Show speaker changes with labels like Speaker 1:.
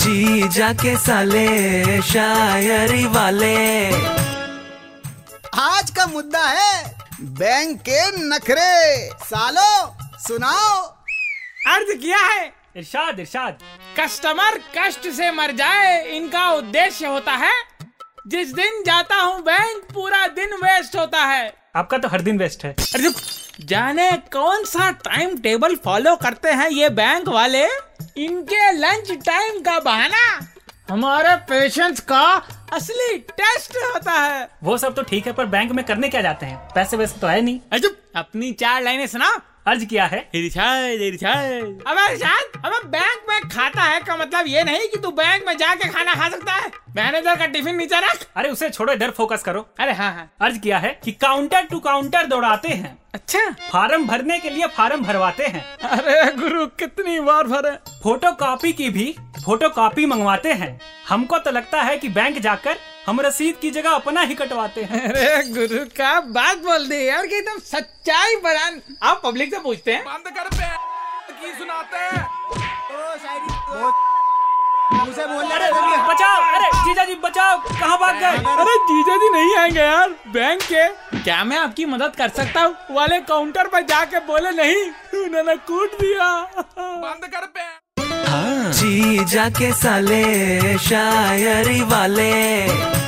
Speaker 1: जी जाके साले शायरी वाले
Speaker 2: आज का मुद्दा है बैंक के नखरे सालो सुनाओ
Speaker 3: अर्ज किया है
Speaker 4: इरशाद इरशाद
Speaker 3: कस्टमर कष्ट से मर जाए इनका उद्देश्य होता है जिस दिन जाता हूँ बैंक पूरा दिन वेस्ट होता है
Speaker 4: आपका तो हर दिन वेस्ट है
Speaker 3: अरे रुक, जाने कौन सा टाइम टेबल फॉलो करते हैं ये बैंक वाले इनके लंच टाइम का बहाना हमारे पेशेंस का असली टेस्ट होता है
Speaker 4: वो सब तो ठीक है पर बैंक में करने क्या जाते हैं पैसे वैसे तो है नहीं
Speaker 3: अरे चुप, अपनी चार लाइनें सुना
Speaker 4: अर्ज किया है
Speaker 3: इरशाद इरशाद अबे इरशाद अबे बैंक में खाता है का मतलब ये नहीं कि तू बैंक में जाके खाना खा सकता है मैनेजर का टिफिन नीचे रख
Speaker 4: अरे उसे छोड़ो इधर फोकस करो
Speaker 3: अरे हाँ हाँ
Speaker 4: अर्ज किया है कि काउंटर टू काउंटर दौड़ाते हैं
Speaker 3: अच्छा
Speaker 4: फार्म भरने के लिए फार्म भरवाते हैं
Speaker 3: अरे गुरु कितनी बार भरे
Speaker 4: फोटो कॉपी की भी फोटो कॉपी मंगवाते हैं हमको तो लगता है कि बैंक जाकर हम रसीद की जगह अपना ही कटवाते हैं
Speaker 3: अरे गुरु का बात बोल दी यार कि एकदम सच्चाई बयान आप पब्लिक से पूछते हैं
Speaker 5: बंद कर बे की सुनाते हैं
Speaker 2: उसे बोलने
Speaker 4: अरे बचाओ अरे जीजा जी बचाओ कहाँ भाग गए
Speaker 3: अरे जीजा जी नहीं आएंगे यार बैंक के क्या मैं आपकी मदद कर सकता हूँ वाले काउंटर पर जाके बोले नहीं उन्होंने कूट दिया
Speaker 5: बंद कर बे
Speaker 1: जी जाके साले शायरी वाले